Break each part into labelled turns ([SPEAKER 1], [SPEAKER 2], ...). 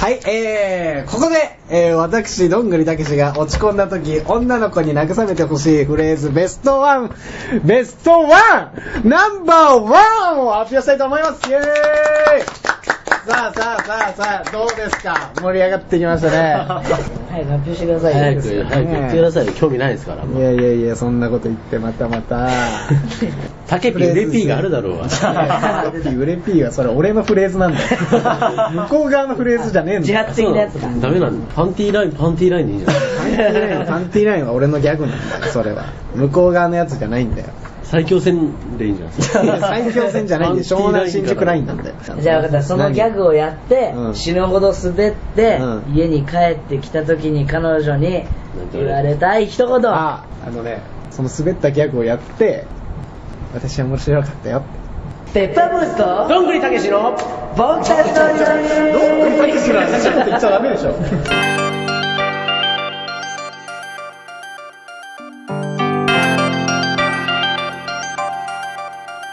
[SPEAKER 1] はい、えー、ここで、えー、私、どんぐりたけしが落ち込んだ時、女の子に慰めてほしいフレーズベストワン、ベストワンナンバーワンを発表したいと思いますイェーイさあさあさあさあ、どうですか盛り上がってきました ね。
[SPEAKER 2] 早く発表してくださいよ
[SPEAKER 3] 早く、早く言ってくださいよ。興味ないですから。
[SPEAKER 1] いやいやいや、そんなこと言ってまたまた。
[SPEAKER 3] 竹ピー、レピーがあるだろう
[SPEAKER 1] ウ
[SPEAKER 3] が。
[SPEAKER 1] レピー、ウレピーはそれ俺のフレーズなんだ よ。向こう側のフレーズじゃねえんだ
[SPEAKER 2] 自
[SPEAKER 1] よ。
[SPEAKER 2] 発的なやつか。
[SPEAKER 3] ダメなんだ。パンティーライン、パンティーラインでいいじゃん。
[SPEAKER 1] パンティーラインパンティーラインは俺のギャグなんだよ、それは。向こう側のやつじゃないんだよ。
[SPEAKER 3] 最強戦でいいじゃん。
[SPEAKER 1] いや最強戦じゃないんで、湘南新宿ラインなんだよ。
[SPEAKER 2] じゃあ分かった、そのギャグをやって、
[SPEAKER 1] うん
[SPEAKER 2] 死ぬほど滑って、
[SPEAKER 1] うん
[SPEAKER 2] 家に帰ってきた時に彼女に
[SPEAKER 3] んて
[SPEAKER 2] 言われたい一言。
[SPEAKER 1] あ、あのね、その滑ったギャグをやって、私は面白かったよって。
[SPEAKER 2] ペッパーブースト
[SPEAKER 3] どんぐりたけしの
[SPEAKER 2] 僕たちの
[SPEAKER 1] ど
[SPEAKER 2] 祈り
[SPEAKER 1] っくりたけしの話なんて言っちゃダメでしょ。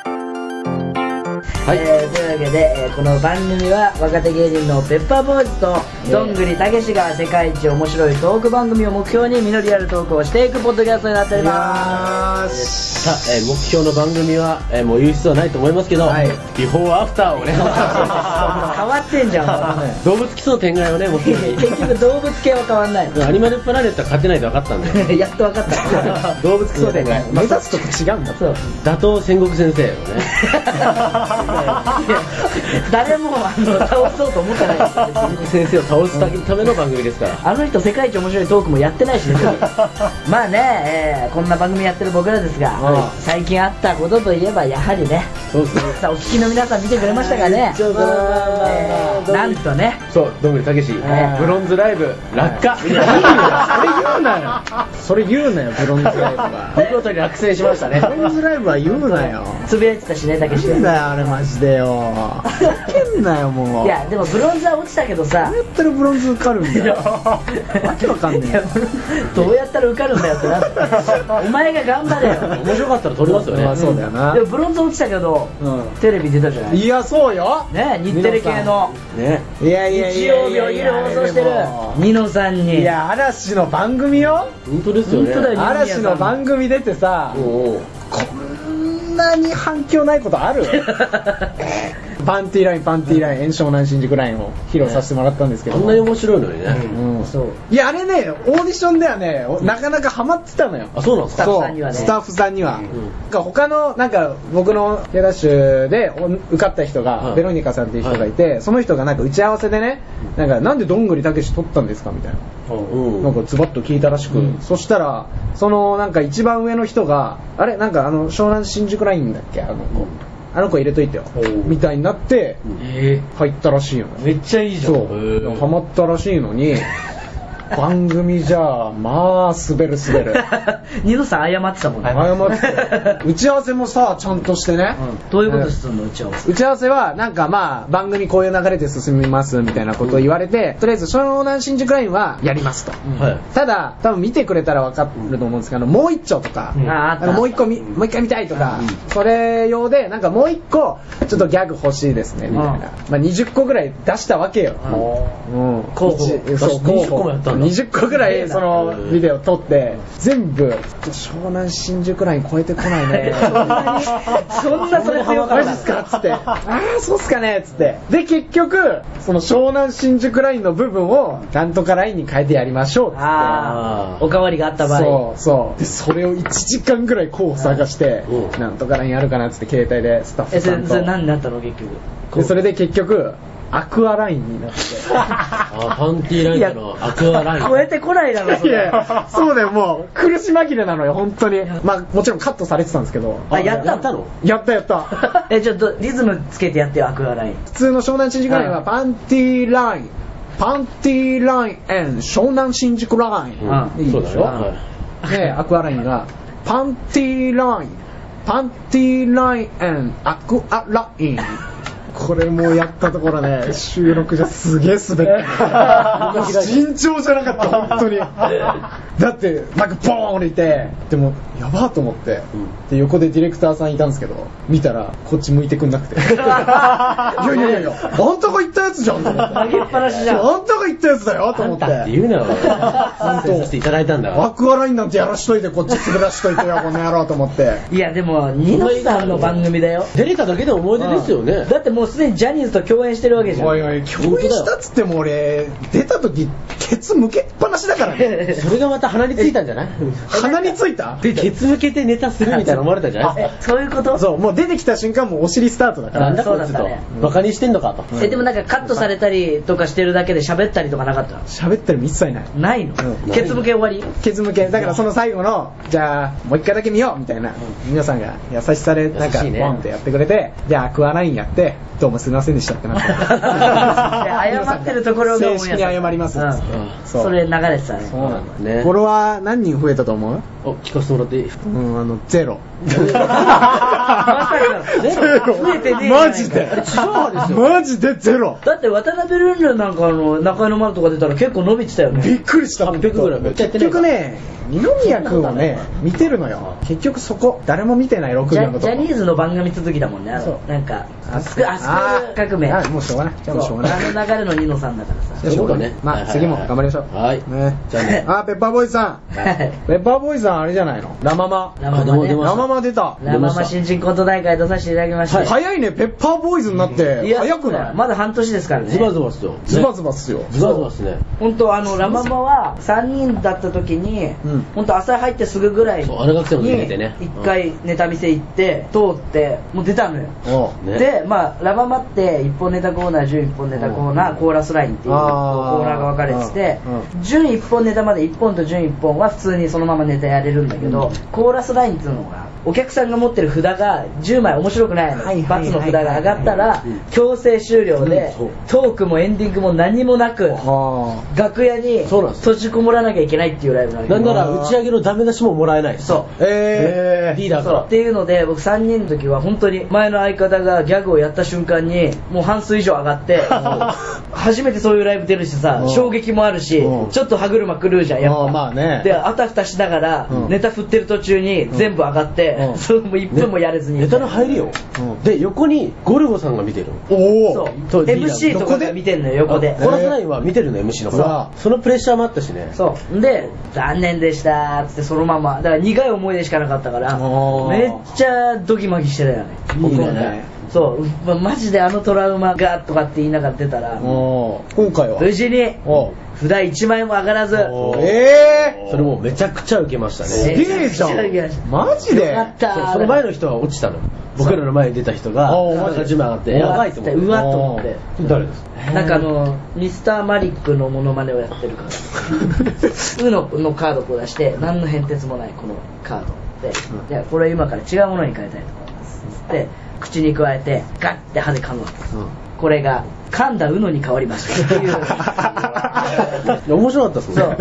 [SPEAKER 3] はい
[SPEAKER 2] えーというわけで、えーこの番組は若手芸人のペッパーボーイズとどんぐりたけしが世界一面白いトーク番組を目標に実りあるトークをしていくポッドキャストになっておりま
[SPEAKER 1] よし。
[SPEAKER 3] さあ、えー目標の番組は、えーもう言う必要はないと思いますけど、
[SPEAKER 1] はい
[SPEAKER 3] ビフォーアフターをね、
[SPEAKER 2] す変わってんじゃんもう
[SPEAKER 3] 動物基礎の展開をね、目標に。
[SPEAKER 2] 結局動物系は変わんない
[SPEAKER 3] アニマルプラネットは勝てないと分かったんで、
[SPEAKER 2] のやっと分かった
[SPEAKER 3] 動物基礎展開。
[SPEAKER 1] 目指すとこ違うんだ
[SPEAKER 2] そう
[SPEAKER 3] 打倒戦国先生をね。
[SPEAKER 2] 誰もあの倒そうと思ってないですよ別
[SPEAKER 3] 戦
[SPEAKER 2] に
[SPEAKER 3] 国先生を倒すための番組ですから。
[SPEAKER 2] あの人世界一面白いトークもやってないしねまあね、えーこんな番組やってる僕らですが、
[SPEAKER 3] はい
[SPEAKER 2] 最近あったことといえばやはりね
[SPEAKER 3] そうですね。
[SPEAKER 2] さあお聞きの皆さん見てくれましたかね
[SPEAKER 3] 一応そのまあまあ
[SPEAKER 2] えー
[SPEAKER 3] まあ
[SPEAKER 2] なんとね
[SPEAKER 3] そう、どんぐりたけし、
[SPEAKER 2] はい
[SPEAKER 3] ブロンズライブ、落下。
[SPEAKER 1] いやそれ言うなよ。それ言うなよ、ブロンズライブは。
[SPEAKER 3] 見事に落選しましたね。
[SPEAKER 1] ブロンズライブは言うなよ。
[SPEAKER 2] つぶやいてたしねたけし
[SPEAKER 1] 言うなよ、あれマジで よ。ふけんなよ、もう。
[SPEAKER 2] いやでもブロンズは落ちたけどさ
[SPEAKER 1] どうやったらブロンズ受かるんだよわけわかんねえよ
[SPEAKER 2] どうやったら受かるんだよってなってお前が頑張れよ
[SPEAKER 3] 面白かったら撮りますよね。
[SPEAKER 1] ま あそうだよな
[SPEAKER 2] でもブロンズ落ちたけど、
[SPEAKER 1] う
[SPEAKER 2] テレビ出たじゃない
[SPEAKER 1] いやそうよ
[SPEAKER 2] ね日テレ系の
[SPEAKER 3] ね。
[SPEAKER 1] いやいやい
[SPEAKER 2] 日
[SPEAKER 1] や
[SPEAKER 2] 曜
[SPEAKER 1] い
[SPEAKER 2] 日を
[SPEAKER 1] やい
[SPEAKER 2] 夜
[SPEAKER 1] や
[SPEAKER 2] 放送してるニノさんに
[SPEAKER 1] いや嵐の番組よ
[SPEAKER 3] 本当ですよね。
[SPEAKER 2] 本当だよ
[SPEAKER 1] 嵐の番組出てさ
[SPEAKER 3] おうおう
[SPEAKER 1] こんなに反響ないことある パンティーラインパンティーライン炎症南新宿ラインを披露させてもらったんですけ
[SPEAKER 3] あ
[SPEAKER 1] ど
[SPEAKER 3] んなに面白いのにね。
[SPEAKER 1] うん
[SPEAKER 2] そう
[SPEAKER 1] いやあれねオーディションではねおなかなかハマってたのよ
[SPEAKER 3] あ、そうなんです
[SPEAKER 2] タ
[SPEAKER 3] か
[SPEAKER 2] ッ
[SPEAKER 1] そ
[SPEAKER 2] フさんには
[SPEAKER 1] う
[SPEAKER 2] ね
[SPEAKER 1] スタッフさんには、
[SPEAKER 3] ん
[SPEAKER 1] なんか他のなんか僕のヘラッシュでお受かった人が、
[SPEAKER 3] はい
[SPEAKER 1] ベロニカさんっていう人がいて、その人がなんか打ち合わせでねなんかなんでどんぐりたけし取ったんですかみたいな
[SPEAKER 3] うん
[SPEAKER 1] なんかズバッと聞いたらしく、そしたらそのなんか一番上の人があれなんかあの湘南新宿ラインだっけあの子、あの子入れといてよ
[SPEAKER 3] おう
[SPEAKER 1] みたいになって
[SPEAKER 3] え
[SPEAKER 1] 入ったらしいよね
[SPEAKER 3] めっちゃいいじゃん。
[SPEAKER 1] そ
[SPEAKER 3] へ
[SPEAKER 1] う
[SPEAKER 3] ー
[SPEAKER 1] ハマったらしいのに 番組じゃあまあ滑る滑る
[SPEAKER 2] ニノさん謝ってたもんね
[SPEAKER 1] 謝って打ち合わせもさちゃんとしてね、
[SPEAKER 2] どういうことすんのうちは
[SPEAKER 1] 打ち合わせはなんかまあ番組こういう流れで進みますみたいなことを言われて、とりあえず湘南新宿ラインはやりますと、
[SPEAKER 3] はい。
[SPEAKER 1] ただ多分見てくれたら分かると思うんですけどもう一丁とか、
[SPEAKER 3] ん
[SPEAKER 2] ああ
[SPEAKER 1] あのもう一個みもう一回見たいとか、それ用でなんかもう一個ちょっとギャグ欲しいですねみたいな、
[SPEAKER 2] うん
[SPEAKER 1] まあ、20個ぐらい出したわけよ、うん、
[SPEAKER 2] 候補
[SPEAKER 1] 一そう
[SPEAKER 3] 出して20個もやったんだ
[SPEAKER 1] 20個ぐらいその
[SPEAKER 3] へえ
[SPEAKER 1] ビデオ撮って全部湘南新宿ライン超えてこない ね
[SPEAKER 2] そんなそれ強か
[SPEAKER 1] マ
[SPEAKER 2] っ
[SPEAKER 1] ジ
[SPEAKER 2] た
[SPEAKER 1] っすかっつってああそうっすかねっつってで結局その湘南新宿ラインの部分をなんとかラインに変えてやりましょうっつって
[SPEAKER 2] あ
[SPEAKER 3] あ
[SPEAKER 2] あ
[SPEAKER 3] ー
[SPEAKER 2] おかわりがあった場
[SPEAKER 1] そ
[SPEAKER 2] 合
[SPEAKER 1] うそうでそれを1時間ぐらい候補探して
[SPEAKER 3] うん
[SPEAKER 1] なんとかラインあるかなっつって携帯でスタッ
[SPEAKER 2] え
[SPEAKER 1] フ
[SPEAKER 2] そ
[SPEAKER 1] さ
[SPEAKER 2] れ
[SPEAKER 1] ん
[SPEAKER 2] そ
[SPEAKER 1] と
[SPEAKER 2] れ何になったの結局
[SPEAKER 1] でそれで結局アクアラインにな って
[SPEAKER 3] あ、パンティーラインからのアクアライン。
[SPEAKER 2] 超えてこないだろそ
[SPEAKER 1] い
[SPEAKER 2] れ
[SPEAKER 1] や、そうだよ、もう、苦し紛れなのよ、本当に。まあ、もちろんカットされてたんですけど。
[SPEAKER 2] あやったの
[SPEAKER 3] の
[SPEAKER 1] やったやった。
[SPEAKER 2] えちょっとリズムつけてやってよアクアライン
[SPEAKER 1] 普通の湘南新宿ラインは、パンティーライン、パンティーライン、湘南新宿ライン。
[SPEAKER 3] うん
[SPEAKER 1] でいい
[SPEAKER 3] そう
[SPEAKER 1] で
[SPEAKER 3] だ
[SPEAKER 1] し
[SPEAKER 3] よ。
[SPEAKER 1] ょ
[SPEAKER 3] はい
[SPEAKER 1] で、アクアラインが、パンティーライン、パンティーライン、アクアライン。これもうやったところね、収録じゃすげえ滑ってた。尋常じゃなかった、本当に。だってなんかボーン降りてでもやばーと思って、
[SPEAKER 3] うん
[SPEAKER 1] で横でディレクターさんいたんですけど見たらこっち向いてくんな くていやいやいやいやあんたが言ったやつじゃんと思って
[SPEAKER 2] 投げっぱなしじゃん
[SPEAKER 1] あんたが言ったやつだよと
[SPEAKER 3] あ
[SPEAKER 1] 思
[SPEAKER 3] ん
[SPEAKER 1] った
[SPEAKER 3] っ
[SPEAKER 1] て
[SPEAKER 3] て言うな よ。担 当させていただいたんだ
[SPEAKER 1] ア
[SPEAKER 3] わ。
[SPEAKER 1] クアラインなんてやらしといてこっち滑らしといてよこの野郎と思って
[SPEAKER 2] いやでもニノさんの番組だよ
[SPEAKER 3] 出れただけで思い出ですよね。
[SPEAKER 2] だってもうすでにジャニーズと共演してるわけじゃん
[SPEAKER 1] おいおい共演したっつっても俺出た時ケツ向けっぱなしだから ね
[SPEAKER 3] それがまた鼻についたんじゃない
[SPEAKER 1] 鼻についた
[SPEAKER 3] で、ケツ向けてネタするみたいな思われたじゃない
[SPEAKER 2] えそういうこと
[SPEAKER 1] そうもう出てきた瞬間もうお尻スタートだか
[SPEAKER 3] な
[SPEAKER 1] ら
[SPEAKER 3] んだ
[SPEAKER 2] そ
[SPEAKER 3] こ
[SPEAKER 2] うだ
[SPEAKER 3] い
[SPEAKER 2] っ
[SPEAKER 3] つ
[SPEAKER 2] た
[SPEAKER 3] と
[SPEAKER 2] ね。
[SPEAKER 3] バカにしてんのかと。
[SPEAKER 2] えでもなんかカットされたりとかしてるだけで喋ったりとかなかった
[SPEAKER 1] 喋ってるの一切ない
[SPEAKER 2] のないの
[SPEAKER 1] う
[SPEAKER 2] ケツ向け終わり
[SPEAKER 1] ケツ向けだからその最後のじゃあもう一回だけ見ようみたいな皆さんが優しさでなんか
[SPEAKER 3] 優
[SPEAKER 1] ボ
[SPEAKER 3] しいね
[SPEAKER 1] ンってやってくれてじゃあアクアラインやってどうもすいませんでしたってなって
[SPEAKER 2] 謝ってるところが
[SPEAKER 1] 正式に謝りますっつって
[SPEAKER 3] うん
[SPEAKER 1] そう
[SPEAKER 2] それ流れてたね
[SPEAKER 1] そうなんだ
[SPEAKER 3] ね
[SPEAKER 1] フォロワー何人増えたと思う
[SPEAKER 3] お、聞かせてもらっていい
[SPEAKER 1] うん、あの、ゼロ。
[SPEAKER 3] まさ
[SPEAKER 2] かゼロ増えてねえじゃないか
[SPEAKER 1] マジで。
[SPEAKER 3] 地上波ですよ
[SPEAKER 1] マジでゼロ。
[SPEAKER 2] だって渡辺ルンルンなんかあの中井の丸とか出たら結構伸びてたよ
[SPEAKER 1] び
[SPEAKER 2] ね
[SPEAKER 1] っくりした。
[SPEAKER 3] 800ぐらいめっちゃやって
[SPEAKER 1] 結
[SPEAKER 3] ない
[SPEAKER 1] 局
[SPEAKER 3] から
[SPEAKER 1] ね、二宮君をね、見てるのよ。結局そこ、誰も見てない6
[SPEAKER 2] ジ
[SPEAKER 1] 秒
[SPEAKER 2] ャ
[SPEAKER 1] の
[SPEAKER 2] ジ
[SPEAKER 1] と
[SPEAKER 2] ャニ
[SPEAKER 1] こ。
[SPEAKER 2] ーズの番組続きだもんねあの
[SPEAKER 1] そう
[SPEAKER 2] なんか
[SPEAKER 1] あ
[SPEAKER 2] あスクあスク
[SPEAKER 1] あ
[SPEAKER 2] ール革命
[SPEAKER 1] あ、もうしょうがない。じゃあもうしょ
[SPEAKER 2] そうう
[SPEAKER 1] がない。
[SPEAKER 2] あの流れのニノさんだからさ
[SPEAKER 1] じゃあしょうがない
[SPEAKER 3] そういうことね
[SPEAKER 1] ま
[SPEAKER 3] は
[SPEAKER 1] あ、
[SPEAKER 3] いはいはい
[SPEAKER 1] 次も頑張りましょう。
[SPEAKER 3] はい
[SPEAKER 1] ね。
[SPEAKER 3] じゃあね
[SPEAKER 1] あ、ペッパーボーイズさん。
[SPEAKER 2] はい
[SPEAKER 1] ペッパーボーイズさんあれじゃないのラママ。
[SPEAKER 2] ラママね
[SPEAKER 3] 出ました
[SPEAKER 1] ラママ出た。
[SPEAKER 2] ラママ新人コント大会出させていただきまして
[SPEAKER 1] 早いね、ペッパーボーイズになって。早くない
[SPEAKER 2] まだ半年ですからね
[SPEAKER 3] ズバズバっすよ。
[SPEAKER 1] ズバズバっすよ。
[SPEAKER 3] ズバズバっすね。
[SPEAKER 2] 本当あのラママは3人だった時に、
[SPEAKER 1] うん
[SPEAKER 2] 本当朝入ってすぐぐらいに
[SPEAKER 3] そうあの学生も出てね
[SPEAKER 2] 1回ネタ見せ行って通ってもう出たのよ
[SPEAKER 1] おう
[SPEAKER 3] ね
[SPEAKER 2] でまあラママって1本ネタコーナー11本ネタコーナーコーラスラインっていうコ
[SPEAKER 1] あー
[SPEAKER 2] ーナーが分かれてて
[SPEAKER 1] う
[SPEAKER 2] 準1本ネタまで1本と準1本は普通にそのままネタやれるんだけどコーラスラインっていうのがお客さんが持ってる札が10枚面白くないの
[SPEAKER 1] はいはいはい
[SPEAKER 2] 罰の札が上がった
[SPEAKER 1] はい
[SPEAKER 2] ら強制終了で
[SPEAKER 3] うんそう
[SPEAKER 2] トークもエンディングも何もなく
[SPEAKER 1] はあ。
[SPEAKER 2] 楽屋に
[SPEAKER 3] そうなんです
[SPEAKER 2] 閉じこもらなきゃいけないっていうライブなんだ
[SPEAKER 3] な
[SPEAKER 2] け
[SPEAKER 3] ん
[SPEAKER 2] ど
[SPEAKER 3] なら打ち上げのダメ出しももらえない。
[SPEAKER 2] そ
[SPEAKER 1] え
[SPEAKER 3] リ
[SPEAKER 1] ー
[SPEAKER 3] ー。ダー
[SPEAKER 2] そ
[SPEAKER 3] か
[SPEAKER 2] う
[SPEAKER 3] ら
[SPEAKER 2] っ。ていうので僕3人の時は本当に前の相方がギャグをやった瞬間にもう半数以上上がって 初めてそういうライブ出るしさ
[SPEAKER 1] うん
[SPEAKER 2] 衝撃もあるし
[SPEAKER 1] うん
[SPEAKER 2] ちょっと歯車狂うじゃんやっ
[SPEAKER 1] あー
[SPEAKER 2] ぱ
[SPEAKER 1] まあね
[SPEAKER 2] であたふたしながら
[SPEAKER 1] うん
[SPEAKER 2] ネタ振ってる途中に全部上がっ
[SPEAKER 1] う
[SPEAKER 2] て
[SPEAKER 1] ん
[SPEAKER 2] それも1分もやれずに
[SPEAKER 3] ネタの入りよ
[SPEAKER 1] うん。
[SPEAKER 3] で、横にゴルゴさんが見てるの。
[SPEAKER 1] お
[SPEAKER 2] そう
[SPEAKER 3] そう
[SPEAKER 2] MC とかが見てんのよ横で
[SPEAKER 3] あコーラスラインは見てるの、MC の
[SPEAKER 1] そ
[SPEAKER 3] 方。そのプレッシャーもあったしね。
[SPEAKER 2] そう。で、残念でしたーっつってそのまま。だから苦い思い出しかなかったから、
[SPEAKER 1] おー
[SPEAKER 2] めっちゃドキマキしてたよね。
[SPEAKER 1] いい
[SPEAKER 2] 僕も
[SPEAKER 1] ね。
[SPEAKER 2] そう、まマジであのトラウマがとかって言いながら出たら、
[SPEAKER 1] おー今回は
[SPEAKER 2] 無事に
[SPEAKER 1] お
[SPEAKER 2] 札1枚も上がらず、
[SPEAKER 3] お
[SPEAKER 1] え
[SPEAKER 3] それもうめちゃくちゃ受けました
[SPEAKER 1] ー、す
[SPEAKER 3] ね。
[SPEAKER 1] げえじゃ
[SPEAKER 2] めちゃくちゃ受け
[SPEAKER 1] んマジ
[SPEAKER 2] よ
[SPEAKER 1] で
[SPEAKER 2] かった
[SPEAKER 3] そう
[SPEAKER 2] ー。
[SPEAKER 3] その前の人は落ちたの。僕らの前に出た人が、
[SPEAKER 1] あー
[SPEAKER 3] 体が10枚上がって、
[SPEAKER 2] うわ
[SPEAKER 3] やばいと思って。
[SPEAKER 2] うわと思って
[SPEAKER 3] あー誰ですか
[SPEAKER 2] なんかあの、ミスターマリックのモノマネをやって るから、ウののカードを出して、何の変哲もないこのカードで、でこれ今から違うものに変えたいと思います。で、口に加えて、ガッて歯で噛むわけです。これが、噛んだウのに変わりましたっていう。
[SPEAKER 3] いや面白かったっすね。
[SPEAKER 2] そう。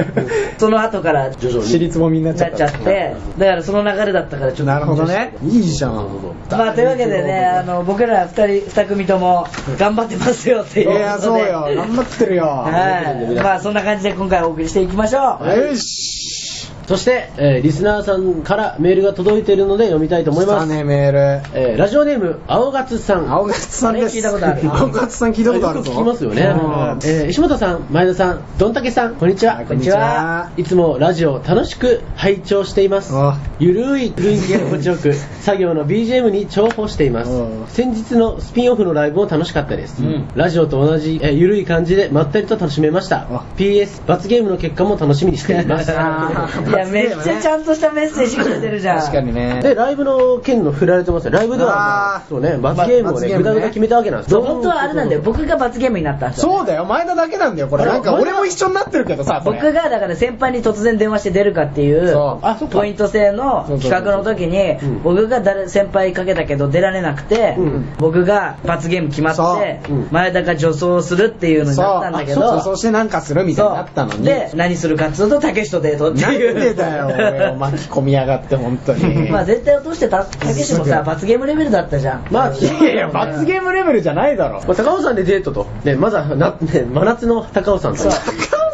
[SPEAKER 2] その後から、
[SPEAKER 3] 徐々に。
[SPEAKER 1] 私立もみになっち
[SPEAKER 2] な
[SPEAKER 1] ゃ
[SPEAKER 2] っ
[SPEAKER 1] っ
[SPEAKER 2] ち
[SPEAKER 1] た
[SPEAKER 2] ゃって、だからその流れだったからちょっと。
[SPEAKER 1] なるほどね。いいじゃん
[SPEAKER 3] そうそうそう
[SPEAKER 2] まあというわけでね、あの、僕ら二人、二組とも、頑張ってますよって
[SPEAKER 1] い
[SPEAKER 2] いうことで。
[SPEAKER 1] やそうよ頑張ってるよ
[SPEAKER 2] はい。まあそんな感じで今回お送りしていきましょう。
[SPEAKER 1] よし
[SPEAKER 3] そして、えーリスナーさんからメールが届いているので読みたいと思い
[SPEAKER 1] 来
[SPEAKER 3] ま
[SPEAKER 1] た
[SPEAKER 3] す。
[SPEAKER 1] ねメール
[SPEAKER 3] えーラジオネーム、青ガツさん。
[SPEAKER 1] 青勝さんです
[SPEAKER 2] あれ聞いたことある
[SPEAKER 1] 青勝さん聞いたことあるぞ
[SPEAKER 3] よく聞きますよね。
[SPEAKER 1] うん
[SPEAKER 3] えー石本さん、前田さん、どんたけさん、こんにちは。
[SPEAKER 1] はいこんにちはい
[SPEAKER 3] つもラジオを楽しく拝聴しています
[SPEAKER 1] あ。
[SPEAKER 3] ゆるい雰囲気が心地よく、作業の BGM に重宝しています
[SPEAKER 1] うん。
[SPEAKER 3] 先日のスピンオフのライブも楽しかったです。
[SPEAKER 1] うん
[SPEAKER 3] ラジオと同じ、えーゆるい感じでまったりと楽しめました
[SPEAKER 1] あ。
[SPEAKER 3] PS、罰ゲームの結果も楽しみにしています。
[SPEAKER 1] あ
[SPEAKER 2] いや、めっちゃちゃんとしたメッセージくれてるじゃん。
[SPEAKER 1] 確かにね
[SPEAKER 3] で、ライブの件の振られてますよ。ライブでは、ま
[SPEAKER 1] あ
[SPEAKER 3] あ
[SPEAKER 1] ー
[SPEAKER 3] そうね、罰ゲームを
[SPEAKER 1] 罰ゲ
[SPEAKER 3] ね、
[SPEAKER 1] ーム
[SPEAKER 3] ぐ
[SPEAKER 1] ね
[SPEAKER 3] だぐだ決めたわけなんです
[SPEAKER 2] そう本当はあれなんだよ、僕が罰ゲームになったんですよ
[SPEAKER 1] そうだよ前田だけなんだよこれ
[SPEAKER 3] あれ
[SPEAKER 1] なんか俺も一緒になってるけどさこれ
[SPEAKER 2] 僕がだから先輩に突然電話して出るかっていう
[SPEAKER 1] そう
[SPEAKER 3] あそっか
[SPEAKER 2] ポイント制の
[SPEAKER 1] そうそう
[SPEAKER 2] 企
[SPEAKER 1] そう
[SPEAKER 2] 画の時に
[SPEAKER 3] うん
[SPEAKER 2] 僕が誰先輩かけたけど出られなくて
[SPEAKER 3] うん
[SPEAKER 2] 僕が罰ゲーム決まって
[SPEAKER 3] そううん
[SPEAKER 2] 前田が女装するっていうのになったんだけ
[SPEAKER 1] そうあそう
[SPEAKER 2] ど
[SPEAKER 1] そうしてなんかするみたいになったのに
[SPEAKER 2] で何するかっつうとたけしとデートって
[SPEAKER 1] なん
[SPEAKER 2] いう
[SPEAKER 1] でだよ俺を巻き込みやがって本当に
[SPEAKER 2] まあ絶対落としてたたけしもさ罰ゲームレベルだったじゃん
[SPEAKER 3] まあ、
[SPEAKER 1] いやいや、罰ゲームレベルじゃないだろ。
[SPEAKER 3] まあ、高尾山でデートと。ね、まずは、な、ね、真夏の高尾山と。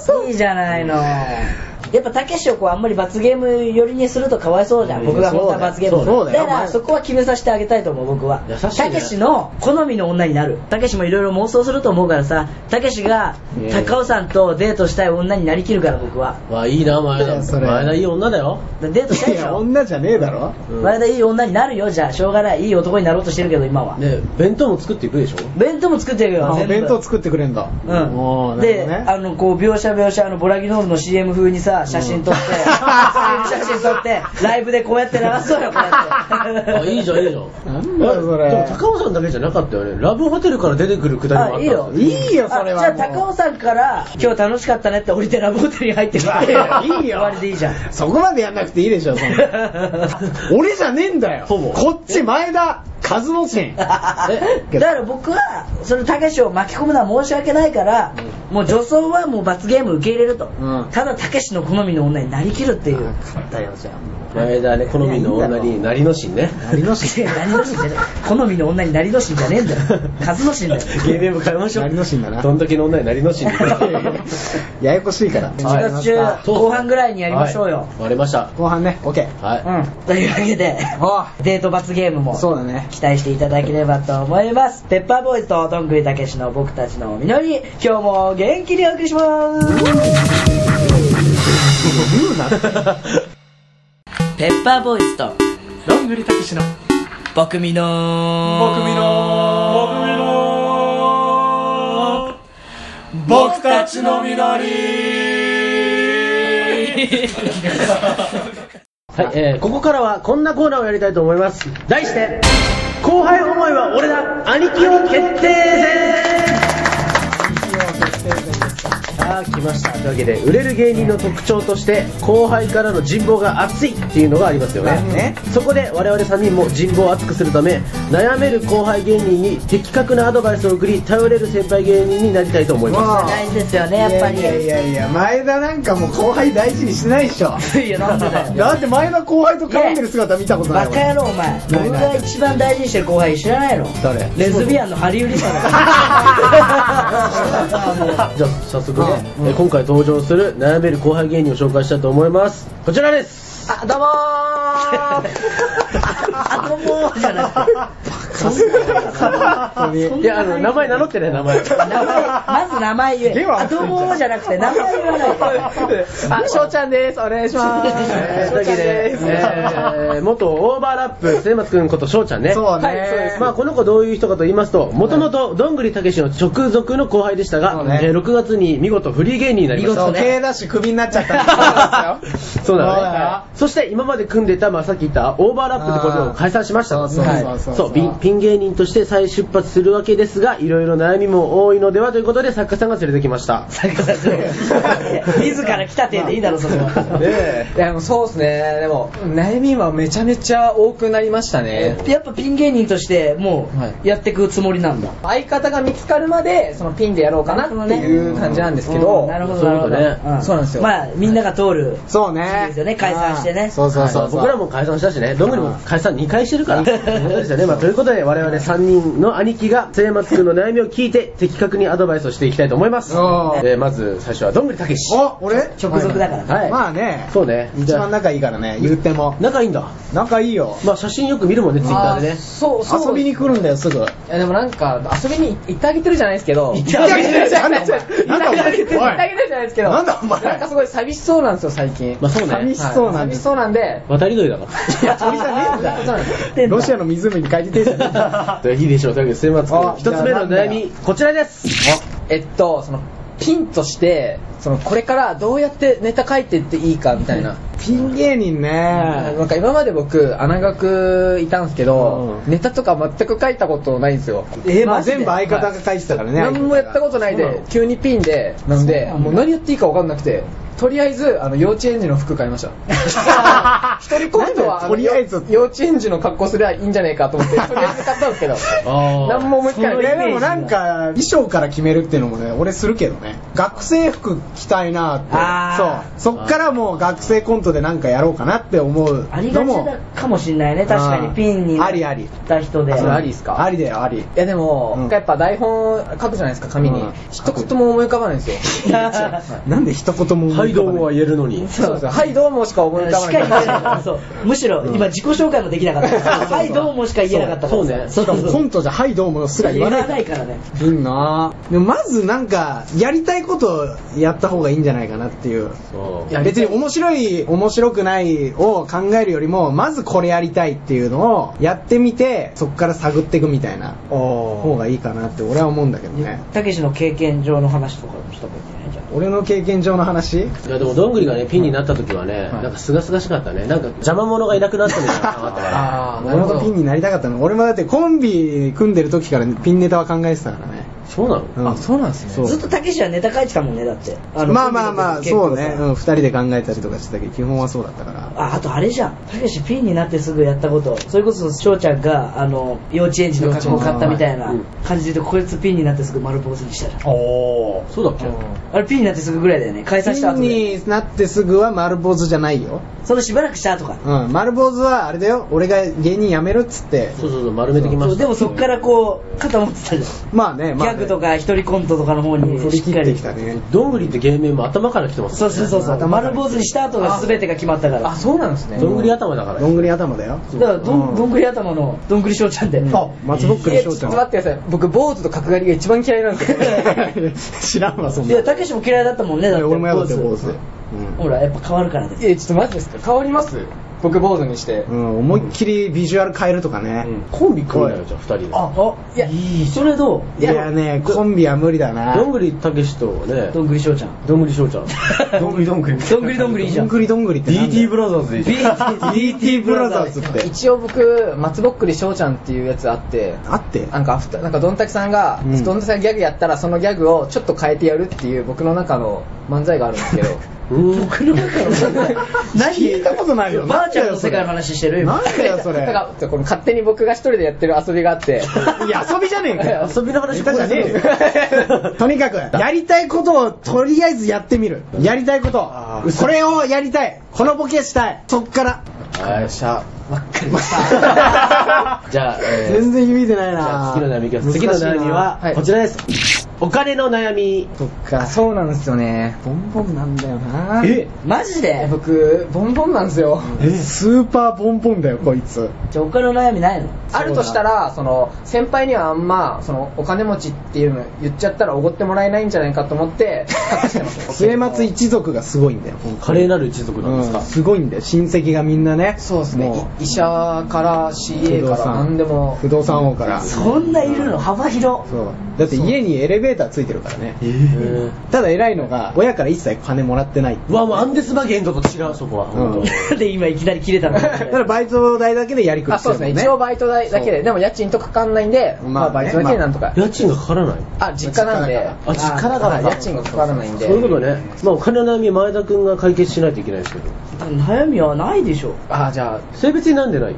[SPEAKER 2] そういいじゃないのやっぱたけしをこうあんまり罰ゲーム寄りにするとかわいそうじゃん
[SPEAKER 3] うん
[SPEAKER 2] 僕が本当は罰ゲーム
[SPEAKER 1] そうだよ
[SPEAKER 2] だから
[SPEAKER 1] そ
[SPEAKER 2] そう
[SPEAKER 1] だよ
[SPEAKER 2] こは決めさせてあげたいと思う僕は
[SPEAKER 3] 優しいね
[SPEAKER 2] たけしの好みの女になるたけしもいろいろ妄想すると思うからさたけしが
[SPEAKER 3] うん
[SPEAKER 2] 高尾さんとデートしたい女になりきるから僕は
[SPEAKER 3] わ、いいな、前
[SPEAKER 1] い
[SPEAKER 3] 田。
[SPEAKER 1] やそれ
[SPEAKER 3] 前田いい女だよ。
[SPEAKER 2] だデートしたい
[SPEAKER 1] い
[SPEAKER 2] でし
[SPEAKER 1] や
[SPEAKER 2] ょ
[SPEAKER 1] 女じゃねえだろ
[SPEAKER 3] うん
[SPEAKER 2] 前田いい女になるよじゃあしょうがないいい男になろうとしてるけど今は
[SPEAKER 3] ね、弁当も作っていく でしょ
[SPEAKER 2] 弁当も作ってるよ
[SPEAKER 1] あ
[SPEAKER 2] 全部
[SPEAKER 1] 弁当作ってくれんだ
[SPEAKER 2] う
[SPEAKER 1] お
[SPEAKER 2] ん、
[SPEAKER 1] ー
[SPEAKER 2] で、
[SPEAKER 1] なるほ
[SPEAKER 2] あのこう描写描写あのボラギノールの CM 風にさ写真撮って、写真撮ってライブでこうやって流そうよこうやって
[SPEAKER 3] あ、いいじゃん、いいじゃん。
[SPEAKER 1] どねなんだよそ
[SPEAKER 3] でも
[SPEAKER 1] れ
[SPEAKER 3] 高尾さんだけじゃなかったよね。ラブホテルから出てくるくだりもあった
[SPEAKER 2] あ
[SPEAKER 3] ん
[SPEAKER 2] い
[SPEAKER 3] で
[SPEAKER 2] い
[SPEAKER 3] すよ
[SPEAKER 2] よ
[SPEAKER 1] いいよそれは
[SPEAKER 2] あ
[SPEAKER 1] もう
[SPEAKER 2] じゃあ高尾さんから今日楽しかったねって降りてラブホテルに入ってきて
[SPEAKER 1] いやいいよ
[SPEAKER 2] 終わりでいいじゃん
[SPEAKER 1] そこまでやんなくていいでしょそんな俺じゃねえんだよ
[SPEAKER 3] ほぼ
[SPEAKER 1] こっち前田和之進
[SPEAKER 2] だから僕はそれたけしを巻き込むのは申し訳ないから、もう女装はもう罰ゲーム受け入れると、
[SPEAKER 1] うん
[SPEAKER 2] ただたけしの好みの女になりきるっていう
[SPEAKER 1] ったよじゃん
[SPEAKER 3] 前田ね、好みの女になりのしんね。
[SPEAKER 1] 成之進
[SPEAKER 2] いや何のしんじゃねえ好みの女になりのしんじゃねえんだよ数のしんだよ
[SPEAKER 3] ゲーム部変えましょう。
[SPEAKER 1] なりのしんだな
[SPEAKER 3] どんだけの女になりの しんだ
[SPEAKER 1] ややこしいから
[SPEAKER 2] 1月中後半ぐらいにやりましょうよ、
[SPEAKER 3] 終わりました。
[SPEAKER 1] 後半ね OK
[SPEAKER 3] は
[SPEAKER 2] うんというわけで
[SPEAKER 1] お
[SPEAKER 2] デート罰ゲームも
[SPEAKER 1] そうだね
[SPEAKER 2] 期待していただければと思いますペッパーボーイズとどんぐりたけしの僕たちの実り今日も元気にお送りします
[SPEAKER 1] 言うな
[SPEAKER 2] ペッパーボーイズと
[SPEAKER 1] どんぐりたけしの
[SPEAKER 2] 僕みの僕みの僕たちの
[SPEAKER 3] い。
[SPEAKER 2] 実り
[SPEAKER 3] はい、えー、ここからはこんなコーナーをやりたいと思います。題して、後輩思いは俺だ兄貴を決定戦さあ来ましたというわけで売れる芸人の特徴として後輩からの人望が厚いっていうのがありますよね,、
[SPEAKER 1] ね
[SPEAKER 3] そこで我々3人も人望を厚くするため悩める後輩芸人に的確なアドバイスを送り頼れる先輩芸人になりたいと思います
[SPEAKER 2] 大事ですよねやっぱり
[SPEAKER 1] いやいやいや前田なんかもう後輩大事にしてないでしょ
[SPEAKER 2] いやなんでだよ
[SPEAKER 1] だって前田後輩と絡んでる姿見たことな
[SPEAKER 2] バ
[SPEAKER 1] い
[SPEAKER 2] カ野郎お前
[SPEAKER 1] ない
[SPEAKER 2] 僕が一番大事にしてる後輩知らないの
[SPEAKER 3] 誰
[SPEAKER 2] レズビアンのハリウリさんだ よ
[SPEAKER 3] じゃあ早速ね、えー今回登場する悩める後輩芸人を紹介したいと思いますこちらです
[SPEAKER 2] あどうもーあどうもーじゃなくて
[SPEAKER 1] 俺
[SPEAKER 3] いやあの名前名乗ってね名前
[SPEAKER 2] 名 前まず名前言
[SPEAKER 1] で
[SPEAKER 2] え
[SPEAKER 1] は
[SPEAKER 2] あどうもーじゃなくて名前言わないで
[SPEAKER 1] あ、翔ちゃんです。お願いしま
[SPEAKER 3] えーというわけで、えー元オーバーラップ末松くんこと翔ちゃんね
[SPEAKER 1] そうね
[SPEAKER 3] はいですまあ、この子どういう人かと言いますともともとどんぐりたけしの直属の後輩でした
[SPEAKER 1] そ
[SPEAKER 3] が、
[SPEAKER 1] うね
[SPEAKER 3] えー6月に見事フリー芸人にな りまし
[SPEAKER 1] そ
[SPEAKER 3] た
[SPEAKER 1] う、K ダッシュクビになっちゃったんですよ。
[SPEAKER 3] そうなのね
[SPEAKER 1] そうだよ
[SPEAKER 3] そして今まで組んでた、まあ、さっき言ったオーバーラップってことを解散しました
[SPEAKER 1] あーそうそうそう
[SPEAKER 3] はい
[SPEAKER 1] そう
[SPEAKER 3] そうピンピン芸人として再出発するわけですがいろいろ悩みも多いのではということで作家さんが連れてきました
[SPEAKER 2] 自ら来たてでいいだろそこ は
[SPEAKER 4] えいや、もうそうですね。でも、悩みはめちゃめちゃ多くなりましたね。
[SPEAKER 2] やっぱピン芸人としても
[SPEAKER 4] はいう
[SPEAKER 2] やってくつもりなんだ
[SPEAKER 4] 相方が見つかるまで、そのピンでやろうかなっていう感じなんですけど、
[SPEAKER 2] なるほど
[SPEAKER 3] そう
[SPEAKER 2] な
[SPEAKER 3] いう
[SPEAKER 2] る
[SPEAKER 3] こ
[SPEAKER 2] ほ
[SPEAKER 3] と
[SPEAKER 2] ど
[SPEAKER 3] ね
[SPEAKER 2] ん
[SPEAKER 4] そうなんですよ
[SPEAKER 2] まあみんなが通る
[SPEAKER 1] そう
[SPEAKER 2] 時期
[SPEAKER 1] ね
[SPEAKER 2] ですよ。ね解散してね
[SPEAKER 1] そうそうそう。
[SPEAKER 3] 僕らも解散したしね、どんぐりも解散2回してるから。そうですよね。まあ、ということで、我々3人の兄貴が、末松くんの悩みを聞いて、的確にアドバイスをしていきたいと思います。
[SPEAKER 1] おー
[SPEAKER 3] えーまず、最初は、どんぐりたけし。
[SPEAKER 1] お、俺
[SPEAKER 2] 直属だから
[SPEAKER 1] は
[SPEAKER 3] はいい
[SPEAKER 1] まあね。
[SPEAKER 3] そうね。
[SPEAKER 1] 一番
[SPEAKER 3] じゃ
[SPEAKER 1] 仲いいからね、言っても
[SPEAKER 3] あ。仲いいんだ。
[SPEAKER 1] 仲いいよ。
[SPEAKER 3] まあ、写真よく見るもんね、ツイッターでね。
[SPEAKER 4] そう、そう。
[SPEAKER 1] 遊びに来るんだよ、すぐ。
[SPEAKER 4] いや、でもなんか、遊びに行ってあげてるじゃないですけど、行って
[SPEAKER 1] あげてるじゃないですけど
[SPEAKER 4] あげてる
[SPEAKER 1] おい
[SPEAKER 4] 行ってあげてるじゃないですけど、
[SPEAKER 1] なんだお前
[SPEAKER 4] なんかすごい寂しそうなんですよ、最近。
[SPEAKER 3] まあ、そうね
[SPEAKER 1] 寂。しそうなん
[SPEAKER 4] 寂
[SPEAKER 1] で
[SPEAKER 4] し
[SPEAKER 1] す。
[SPEAKER 4] そうなんで、
[SPEAKER 3] 渡り鳥だか
[SPEAKER 1] いや、鳥じゃねえんだ
[SPEAKER 4] そう
[SPEAKER 1] よ
[SPEAKER 4] なんですよ。
[SPEAKER 1] ロシアの湖に帰りてえじゃねえんだよ
[SPEAKER 3] ら。いいでしょう。 というわけで、末松く
[SPEAKER 1] あ
[SPEAKER 3] ん、一つ目の悩
[SPEAKER 1] じゃあなん
[SPEAKER 3] み、こちらです。
[SPEAKER 4] えっと、その、ピンとして、その、これからどうやってネタ書いてっていいかみたいな。
[SPEAKER 1] ピン芸人ね。
[SPEAKER 4] なんか今まで僕、穴学いたんですけど、
[SPEAKER 3] う
[SPEAKER 4] ネタとか全く書いたことないんですよ。
[SPEAKER 1] えー、まあ
[SPEAKER 4] マジで
[SPEAKER 1] 全部相方が書いてたからね。
[SPEAKER 4] 何もやったことないで、急にピンで、なんで、もう何やっていいか分かんなくて、とりあえず、あの、幼稚園児の服買いました。 一人コントは、
[SPEAKER 1] なんでとりあえず
[SPEAKER 4] の幼幼稚園児の格好すればいいんじゃないかと思って、 とりあえず買ったんですけど、
[SPEAKER 3] あ
[SPEAKER 4] 何も思いつか
[SPEAKER 1] い
[SPEAKER 4] な
[SPEAKER 1] や
[SPEAKER 4] い。
[SPEAKER 1] でもなんか衣装から決めるっていうのもね俺するけどね学生服着たいな
[SPEAKER 2] あ
[SPEAKER 1] って
[SPEAKER 2] ー
[SPEAKER 1] そうそっからもう学生コントでなんかやろうかなって思う
[SPEAKER 2] ありが
[SPEAKER 1] の
[SPEAKER 2] ち
[SPEAKER 1] も
[SPEAKER 2] だかもしんないね確か
[SPEAKER 1] あ
[SPEAKER 2] に
[SPEAKER 1] ー
[SPEAKER 2] ピンにな
[SPEAKER 1] ありあり
[SPEAKER 2] った人で
[SPEAKER 4] あそれありですか
[SPEAKER 1] ありだよあり
[SPEAKER 4] いやでも、
[SPEAKER 1] うん
[SPEAKER 4] やっぱ台本書くじゃないですか紙に、
[SPEAKER 1] うん
[SPEAKER 4] 一言も思い浮かばないんですよ
[SPEAKER 1] なんで一言も思い浮かばな
[SPEAKER 3] はい、どうもは言えるのに。
[SPEAKER 4] そうですよはいどうもしか思い浮か
[SPEAKER 2] し
[SPEAKER 4] ば
[SPEAKER 2] か
[SPEAKER 4] ない
[SPEAKER 2] 言えないそうむしろ今自己紹介もできなかったからはいどうもしか言えなかったか
[SPEAKER 3] そ
[SPEAKER 2] ら
[SPEAKER 3] うね
[SPEAKER 2] そ う
[SPEAKER 1] しかもコ
[SPEAKER 2] そう
[SPEAKER 1] ントじゃ「はいどうも」すら言
[SPEAKER 2] 言
[SPEAKER 1] わ
[SPEAKER 2] わ
[SPEAKER 1] ないか
[SPEAKER 2] な
[SPEAKER 1] ら
[SPEAKER 2] いからね
[SPEAKER 1] いいなぁでもまずなんかやりたいことをやった方がいいんじゃないかなっていう
[SPEAKER 3] うん
[SPEAKER 1] いや別に面白い面白くないを考えるよりもまずこれやりたいっていうのをやってみてそっから探っていくみたいな方がいいかなって俺は思うんだけどね
[SPEAKER 2] たけしの経験上の話とかもしたことないじゃん
[SPEAKER 1] 俺の経験上の話
[SPEAKER 3] いやでもどんぐりがねピンになった時はね、なんかすがすがしかったねなんか邪魔者がいなくなったみたいなのがあった から
[SPEAKER 4] あーな
[SPEAKER 1] 俺
[SPEAKER 4] るほ
[SPEAKER 1] の
[SPEAKER 4] ど
[SPEAKER 1] ピンになりたかったの俺もだってコンビ組んでる時からピンネタは考えてたからね、
[SPEAKER 3] そうなの
[SPEAKER 1] うん
[SPEAKER 4] あそうなんです
[SPEAKER 1] そ
[SPEAKER 4] ね
[SPEAKER 1] う
[SPEAKER 2] ずっとたけしはネタ書いてたもんねだっての
[SPEAKER 1] まあまあまあ
[SPEAKER 2] コンビの
[SPEAKER 1] そう
[SPEAKER 2] 時
[SPEAKER 1] ね、
[SPEAKER 2] 結
[SPEAKER 1] う
[SPEAKER 2] 構
[SPEAKER 1] ん、二人で考えたりとかしてたけど基本はそうだったから
[SPEAKER 2] ああとあれじゃんたけしピンになってすぐやったことそれこそ翔ちゃんがあの幼稚園児の格好を買ったみたいな感じで言うとこいつピンになってすぐ丸坊主にしたじゃん
[SPEAKER 4] お
[SPEAKER 3] そうだっけ
[SPEAKER 2] あれピンになってすぐぐらいだよね解散した後
[SPEAKER 1] ピ
[SPEAKER 2] で
[SPEAKER 1] ンになってすぐは丸坊主じゃないよ
[SPEAKER 2] そのしばらくした後か
[SPEAKER 1] うん、丸坊主はあれだよ、俺が芸人辞めるっつって、
[SPEAKER 3] そうそうそう丸めてきま
[SPEAKER 2] そ
[SPEAKER 3] し
[SPEAKER 2] う
[SPEAKER 3] た
[SPEAKER 2] でもそっからこう肩持ってたじゃん
[SPEAKER 1] まあね、
[SPEAKER 2] ギ
[SPEAKER 1] まあ、
[SPEAKER 2] ャ
[SPEAKER 1] ね、
[SPEAKER 2] グとか一人コントとかの方に
[SPEAKER 1] 取
[SPEAKER 2] し
[SPEAKER 1] り切
[SPEAKER 2] っか
[SPEAKER 1] って
[SPEAKER 2] り
[SPEAKER 1] きたね。
[SPEAKER 3] どんぐりって芸名も頭から来てます
[SPEAKER 2] そうそうそうそう
[SPEAKER 1] 頭から
[SPEAKER 2] 丸坊主にした後が全てが決まったから
[SPEAKER 4] あそうなんですね
[SPEAKER 3] どんぐり頭だから
[SPEAKER 1] どんぐり頭だよ。
[SPEAKER 2] だからど
[SPEAKER 1] うんん
[SPEAKER 2] どんぐり頭のどんぐり翔ちゃんで
[SPEAKER 1] あ、松ぼっくり
[SPEAKER 4] え
[SPEAKER 1] し
[SPEAKER 4] ち
[SPEAKER 1] ょ
[SPEAKER 4] ょ
[SPEAKER 1] う
[SPEAKER 4] っ
[SPEAKER 1] ち
[SPEAKER 4] と
[SPEAKER 1] ゃん
[SPEAKER 4] 待ってください僕坊主と角刈りが一番嫌いな んですよ
[SPEAKER 1] 知らんわ、そん
[SPEAKER 2] い
[SPEAKER 1] な
[SPEAKER 2] や。たけしも嫌いだったもんねだって
[SPEAKER 1] 俺もやだったよ、
[SPEAKER 2] 坊
[SPEAKER 1] 坊
[SPEAKER 2] 主
[SPEAKER 1] 主。うん
[SPEAKER 2] ほらやっぱ変わるからね
[SPEAKER 4] えちょっとマジですか変わります僕坊主にして、
[SPEAKER 1] うん、思いっきりビジュアル変えるとかね。
[SPEAKER 3] うんコンビ組んだよじゃあ二人で
[SPEAKER 2] あいやいいそれどう
[SPEAKER 1] いやね、コンビは無理だな。
[SPEAKER 3] どんぐりたけしとね
[SPEAKER 2] どんぐり翔ちゃん
[SPEAKER 3] どんぐりしょうち ゃん
[SPEAKER 2] どんぐりどんぐりどんぐりどんぐりいいじ
[SPEAKER 1] ど
[SPEAKER 2] ゃ
[SPEAKER 1] ん
[SPEAKER 2] ん
[SPEAKER 1] ぐりどんぐりってなんだ
[SPEAKER 5] DT
[SPEAKER 1] よ。
[SPEAKER 5] ブラザーズでいいじゃん
[SPEAKER 1] DT ブラザーズって。
[SPEAKER 4] 一応僕松ぼっくり翔ちゃんっていうやつあって
[SPEAKER 1] あって
[SPEAKER 4] なんかアフターなんかどんたくさんが、
[SPEAKER 1] うん
[SPEAKER 4] どんたくさんがギャグやったらそのギャグをちょっと変えてやるっていう僕の中の漫才があるん ですけど
[SPEAKER 3] うん
[SPEAKER 2] 僕の中の何
[SPEAKER 1] 聞いたことないよ
[SPEAKER 2] ばあちゃんの世界の話してる
[SPEAKER 1] なんだよ、そ
[SPEAKER 4] だ
[SPEAKER 1] れ。
[SPEAKER 4] からこの勝手に僕が一人でやってる遊びがあ って
[SPEAKER 1] いや、遊びじゃねえかよ。
[SPEAKER 3] 遊びの話
[SPEAKER 1] 下手じゃねえよとにかくやりたいことをとりあえずやってみるやりたいことこれをやりたいこのボケしたいそっから
[SPEAKER 3] はいしゃ じゃあ、えー
[SPEAKER 1] 全然響いてない
[SPEAKER 3] じ
[SPEAKER 1] な
[SPEAKER 3] ゃあ次の悩みいきます次の悩みは
[SPEAKER 4] はい
[SPEAKER 3] こちらです、お金の悩み
[SPEAKER 1] そっか
[SPEAKER 4] そうなんですよね
[SPEAKER 1] ボンボンなんだよな
[SPEAKER 3] え
[SPEAKER 2] マジで
[SPEAKER 4] 僕ボンボンなんですよ
[SPEAKER 1] スーパーボンボンだよこいつ
[SPEAKER 2] じゃあ他の悩みないの
[SPEAKER 4] あるとしたらその先輩にはあんまそのお金持ちっていうの言っちゃったらおごってもらえないんじゃないかと思って隠してま す
[SPEAKER 1] 末松一族がすごいんだよ
[SPEAKER 3] 華麗なる一族なんですか、
[SPEAKER 1] うんすごいんだよ親戚がみんなね
[SPEAKER 4] そうですね
[SPEAKER 1] も
[SPEAKER 4] い医者から CA から何でも
[SPEAKER 1] 不動産王からそ
[SPEAKER 2] そんないるの幅広
[SPEAKER 1] うだって家にエレベーターついてるからね
[SPEAKER 3] え
[SPEAKER 1] ただ偉いのが親から一切金もらってない
[SPEAKER 3] ー、うわもうアンデスバゲンとか違うそこは、
[SPEAKER 1] うん
[SPEAKER 3] 本
[SPEAKER 2] なんで今いきなり切れたの
[SPEAKER 1] だからバイト代だけでやりくり
[SPEAKER 4] あ
[SPEAKER 1] して
[SPEAKER 4] そう
[SPEAKER 1] る
[SPEAKER 4] で
[SPEAKER 1] も
[SPEAKER 4] す
[SPEAKER 1] ん
[SPEAKER 4] ね
[SPEAKER 1] ね
[SPEAKER 4] 一応バイト代だけででも家賃とかかんないんで
[SPEAKER 1] まあね
[SPEAKER 4] まあバイトだけでなんとか
[SPEAKER 3] 当家賃がかからない
[SPEAKER 4] あ実家なんで
[SPEAKER 1] 実家だ
[SPEAKER 3] からあ実家だから
[SPEAKER 4] はい家賃がかからないんで
[SPEAKER 3] そういうことね、まあ、お金の悩み前田君が解決しないといけないですけど
[SPEAKER 2] 悩みはないでしょ
[SPEAKER 4] あじゃあ
[SPEAKER 3] 性別になんでない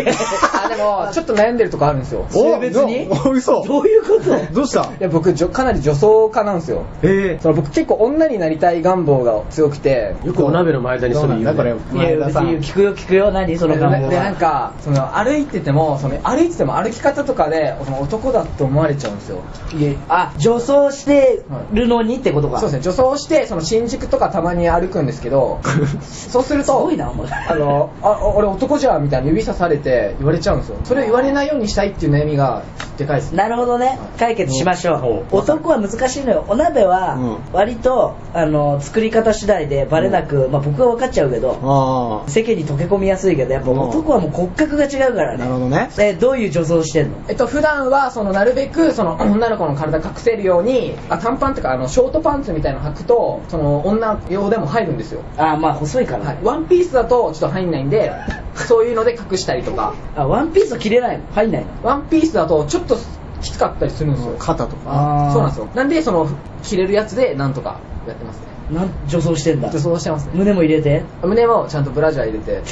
[SPEAKER 4] あでもちょっと悩んでるとこあるんですよ
[SPEAKER 1] お
[SPEAKER 2] 性別に
[SPEAKER 1] なお嘘
[SPEAKER 2] どういうこと
[SPEAKER 1] どうした
[SPEAKER 4] いや僕じょかなり女装家なんですよ
[SPEAKER 1] え
[SPEAKER 4] その僕結構女になりたい願望が強くて
[SPEAKER 3] よくお鍋の前田にそれ言う,、ね、
[SPEAKER 1] これ
[SPEAKER 2] いや
[SPEAKER 1] 前田
[SPEAKER 2] 別
[SPEAKER 1] さん
[SPEAKER 2] に聞くよ聞くよ何その
[SPEAKER 4] で
[SPEAKER 2] 願望
[SPEAKER 4] でなんかその歩いててもその歩いてても歩き方とかでその男だと思われちゃうんですよ
[SPEAKER 2] いやあ女装してるのにってことか
[SPEAKER 4] そうですね女装してその新宿とかたまに歩くんです けどそうする
[SPEAKER 2] す
[SPEAKER 4] と
[SPEAKER 2] ごいなお前
[SPEAKER 4] あのああ俺男じゃんみたいな指さされて言われちゃうんですよそれを言われないようにしたいっていう悩みがでかいですね
[SPEAKER 2] なるほどね解決しましょう
[SPEAKER 3] うん
[SPEAKER 2] 男は難しいのよお鍋は
[SPEAKER 1] う
[SPEAKER 2] 割とあの作り方次第でバレなくまあ僕は分かっちゃうけど
[SPEAKER 1] あ
[SPEAKER 2] 世間に溶け込みやすいけどやっぱ
[SPEAKER 1] うん
[SPEAKER 2] 男はもう骨格が違うから
[SPEAKER 1] あ
[SPEAKER 2] ね
[SPEAKER 1] なるほどね
[SPEAKER 2] えどういう女装してんの
[SPEAKER 4] えっと、普段はそのなるべくその 女の子の体隠せるようにあ短パンとかあのショートパンツみたいなの履くとその女用でも入るんですよ、
[SPEAKER 2] あまあ細いから
[SPEAKER 4] は
[SPEAKER 2] ね
[SPEAKER 4] い、ワンピースだとちょっと入んないんでそういうので隠したりとか
[SPEAKER 2] あワンピース着れないの入んないの
[SPEAKER 4] ワンピースだとちょっときつかったりするんですよ
[SPEAKER 1] 肩とか
[SPEAKER 2] あー
[SPEAKER 4] そうなんですよなんでその着れるやつでなんとかやってますね
[SPEAKER 2] なん女装してんだ
[SPEAKER 4] 女装してますね
[SPEAKER 2] 胸も入れて
[SPEAKER 4] 胸もちゃんとブラジャー入れ て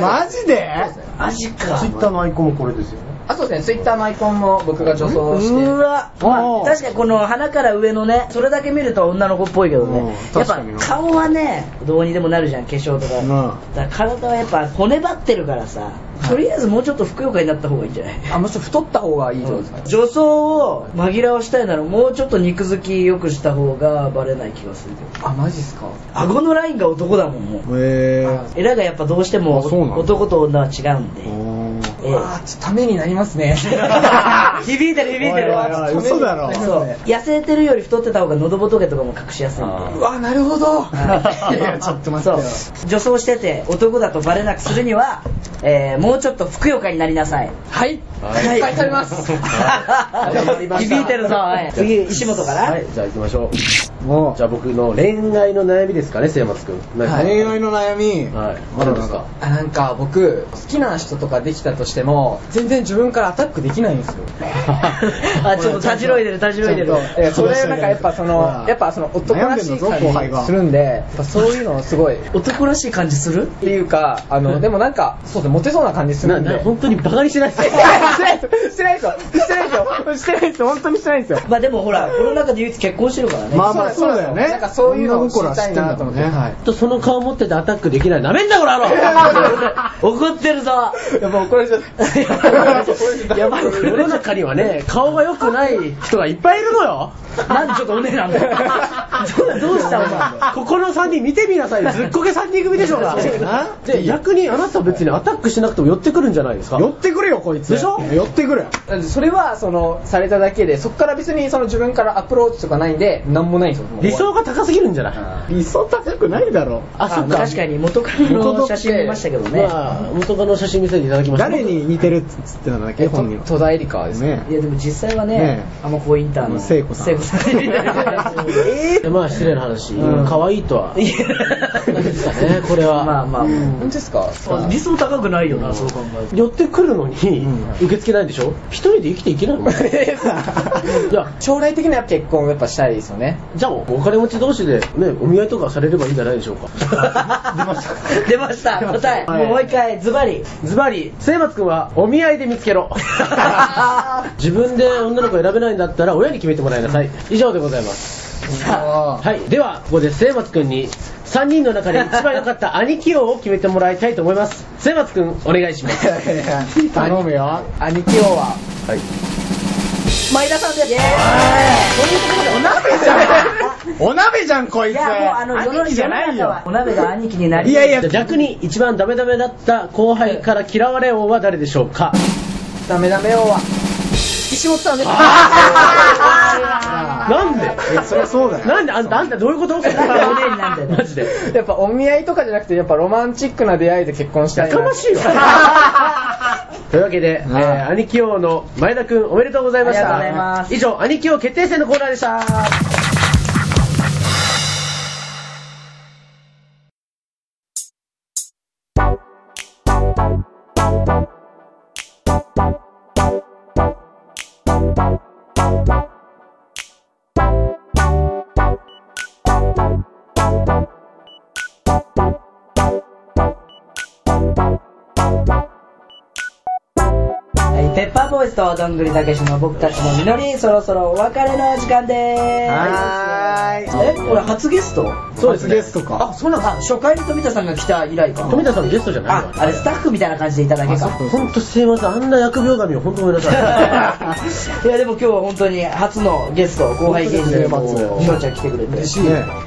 [SPEAKER 1] マジで
[SPEAKER 2] マジか
[SPEAKER 5] ツイッターのアイコンもこれですよね
[SPEAKER 4] あそうですね、ツイッターのアイコンも僕が女装して。
[SPEAKER 2] うわ、まあ、確かにこの鼻から上のねそれだけ見ると女の子っぽいけどね
[SPEAKER 1] うん
[SPEAKER 2] やっ
[SPEAKER 1] 確
[SPEAKER 2] ぱ
[SPEAKER 1] かにな
[SPEAKER 2] 顔はねどうにでもなるじゃん化粧とか,、
[SPEAKER 1] ん
[SPEAKER 2] だから体はやっぱ骨張ってるからさとりあえずもうちょっとふくよかになった方がいいんじゃない
[SPEAKER 4] あ、むしろ太った方がいいってことですか、
[SPEAKER 2] 女装を紛らわしたいならもうちょっと肉付きよくした方がバレない気がするけど
[SPEAKER 4] あ、マジですか
[SPEAKER 2] 顎のラインが男だもんもう
[SPEAKER 1] へえ
[SPEAKER 2] エラがやっぱどうして
[SPEAKER 1] あ
[SPEAKER 2] も
[SPEAKER 1] そうなんだ
[SPEAKER 2] 男と女は違うんで、ええ
[SPEAKER 4] あー、ちょっとためになりますね。
[SPEAKER 2] 響いてる響いてる
[SPEAKER 1] おいおいおい嘘だろ
[SPEAKER 2] そう痩せてるより太ってた方が喉仏とかも隠しやすいんで
[SPEAKER 4] うわ、なるほ ど。
[SPEAKER 2] はい
[SPEAKER 1] いやちょっと待ってよ
[SPEAKER 2] そう女装してて男だとバレなくするには、えーもうちょっとふくよかになりなさい
[SPEAKER 4] はい。
[SPEAKER 2] い
[SPEAKER 4] はい、食べま す。
[SPEAKER 2] 響いてるぞはい次石本から、
[SPEAKER 3] はい、じゃあ行きましょう。
[SPEAKER 1] も
[SPEAKER 3] じゃあ僕の恋愛の悩みですかね、末松くん。
[SPEAKER 1] う
[SPEAKER 3] 何か
[SPEAKER 1] 恋愛の悩み
[SPEAKER 3] はい。
[SPEAKER 1] あ
[SPEAKER 3] あ
[SPEAKER 1] るん
[SPEAKER 3] る
[SPEAKER 1] で
[SPEAKER 3] んですす
[SPEAKER 1] か
[SPEAKER 3] か
[SPEAKER 4] あなんか僕好きな人とかできたとしても全然自分からアタックできないんですよ
[SPEAKER 2] あちょっとたじろいでるたじろいでる
[SPEAKER 4] ちゃんとえそれなんかやっぱそ
[SPEAKER 1] ほら
[SPEAKER 4] のやっぱその男らし
[SPEAKER 1] 悩んで
[SPEAKER 4] い
[SPEAKER 1] んだぞ後輩
[SPEAKER 4] 感
[SPEAKER 1] が
[SPEAKER 4] じするんでやっぱそういうのすごいっ
[SPEAKER 2] 男らしい感じする
[SPEAKER 4] ていうかあのでもなんかそうですねモテそうな感じする
[SPEAKER 3] なん
[SPEAKER 4] で
[SPEAKER 3] な本当にバカにして ないです
[SPEAKER 4] してないですしてないですよしてないですよしてないですよ本当にしてないですよ
[SPEAKER 2] まあでもほらこの中で唯一結婚してるからね、
[SPEAKER 1] まあまあそうだよね
[SPEAKER 4] なんかそういうのを知りたいなと思って
[SPEAKER 1] 女心は知
[SPEAKER 4] は
[SPEAKER 1] っ
[SPEAKER 4] い
[SPEAKER 3] とその顔持っててアタックできない。なめんなこの野郎
[SPEAKER 2] 怒ってるぞ
[SPEAKER 4] やっぱ怒られちゃった
[SPEAKER 3] やばい、世の中にはね、顔が良くない人がいっぱいいるのよ。
[SPEAKER 2] なんでちょっとおねえなん だよどどうしたお前
[SPEAKER 3] ここの3人見てみなさい。ずっこけ3人組でしょうが。で、逆にあなたは別にアタックしなくても寄ってくるんじゃないですか
[SPEAKER 1] 寄ってくるよこいつ
[SPEAKER 3] でしょ
[SPEAKER 1] 寄ってくる
[SPEAKER 4] それはそのされただけでそこから別にその自分からアプローチとかないんでなんもないんですよもう
[SPEAKER 3] 理想が高すぎるんじゃない
[SPEAKER 1] 理想高くないだろ
[SPEAKER 3] あ、そっ
[SPEAKER 2] まあ
[SPEAKER 3] か。
[SPEAKER 2] 確かに元カノの写真見ましたけどね、
[SPEAKER 3] まあ、元カノの写真見せていただきました。
[SPEAKER 1] 誰に似てるっつってたんだっけ本人は
[SPEAKER 4] 戸田恵梨香ですね
[SPEAKER 1] ね
[SPEAKER 2] いやでも実際はね、
[SPEAKER 1] ね
[SPEAKER 2] あの子インターの
[SPEAKER 1] 聖子さん
[SPEAKER 2] 聖子さんえ
[SPEAKER 3] いやまあ失礼な話、
[SPEAKER 1] うん
[SPEAKER 3] 可愛いとは。ですかね、これ は。
[SPEAKER 2] まあまあ、
[SPEAKER 4] 本当ですか
[SPEAKER 2] 理想高くないよな、そう考える
[SPEAKER 3] 寄ってくるのに、受け付けないでしょ一人で生きていけないの いや、
[SPEAKER 4] 将来的には結婚をやっぱしたいですよね。
[SPEAKER 3] じゃあお金持ち同士でね、お見合いとかされればいいんじゃないでしょうか。出ました。
[SPEAKER 2] 出ました答え、
[SPEAKER 3] はい
[SPEAKER 2] もう一回ズバリ
[SPEAKER 3] ズバリ、末松くんはお見合いで見つけ ろ。自分で女の子選べないんだったら親に決めてもらいなさい。以上でございます。はい、ではここで末松くんに3人の中で一番良かった兄貴王を決めてもらいたいと思います。末松くんお願いします。
[SPEAKER 1] 頼むよ
[SPEAKER 4] 兄貴王は。
[SPEAKER 2] 前田さんです
[SPEAKER 1] お鍋じゃんこいつ
[SPEAKER 2] いやもうあの世の
[SPEAKER 1] 兄貴じゃない
[SPEAKER 2] 世の中
[SPEAKER 1] よ
[SPEAKER 2] はお鍋が兄貴になり
[SPEAKER 1] い やいや
[SPEAKER 3] じゃあ逆に一番ダメダメだった後輩から嫌われ王は誰でしょうか
[SPEAKER 4] ダメダメ王は。岸本さんです。
[SPEAKER 3] なんで
[SPEAKER 1] いやそりゃそうだよ
[SPEAKER 3] なんであんたあんたどういうこと
[SPEAKER 2] なんでなんで
[SPEAKER 3] マジで
[SPEAKER 4] やっぱお見合いとかじゃなくて、やっぱロマンチックな出会いで結婚した
[SPEAKER 3] や
[SPEAKER 4] いな。
[SPEAKER 3] かましいわというわけで、えー兄貴王の前田君おめでとうございました
[SPEAKER 2] ありがとうございます
[SPEAKER 3] 以上兄貴王決定戦のコーナーでした
[SPEAKER 2] はいペッパーボーイズとどんぐりたけしの僕たちの実りそろそろお別れの時間で
[SPEAKER 1] は
[SPEAKER 2] ーすえこれ初ゲスト
[SPEAKER 3] そうです
[SPEAKER 1] 初
[SPEAKER 3] ね
[SPEAKER 1] ゲストか
[SPEAKER 2] あそうなんです初回に富田さんが来た以来か
[SPEAKER 3] 富田さんゲストじゃない
[SPEAKER 2] ああれスタッフみたいな感じでいただけか
[SPEAKER 3] 本当すいませんあんな疫病神を本当ごめんな さい
[SPEAKER 2] いやでも今日は本当に初のゲスト後輩芸人で
[SPEAKER 1] 本当ですね
[SPEAKER 2] ひろちゃん来てくれて
[SPEAKER 1] ね